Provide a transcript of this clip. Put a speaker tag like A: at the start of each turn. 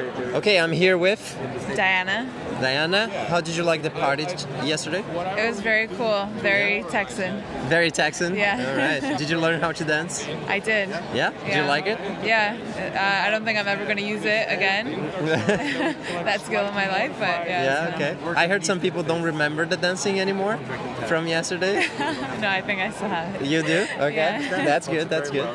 A: Okay, I'm here with
B: Diana.
A: Diana. How did you like the party t- yesterday?
B: It was very cool, very Texan.
A: Very Texan.
B: Yeah.
A: All right. Did you learn how to dance?
B: I did.
A: Yeah. Did you
B: Yeah.
A: like it?
B: Yeah, uh, I don't think I'm ever going to use it again, that skill in my life, but yeah.
A: yeah.
B: it's
A: Okay. I heard some people don't remember the dancing anymore from yesterday.
B: fine. No, I think I still have it.
A: You do? Okay.
B: Yeah.
A: That's good. That's good.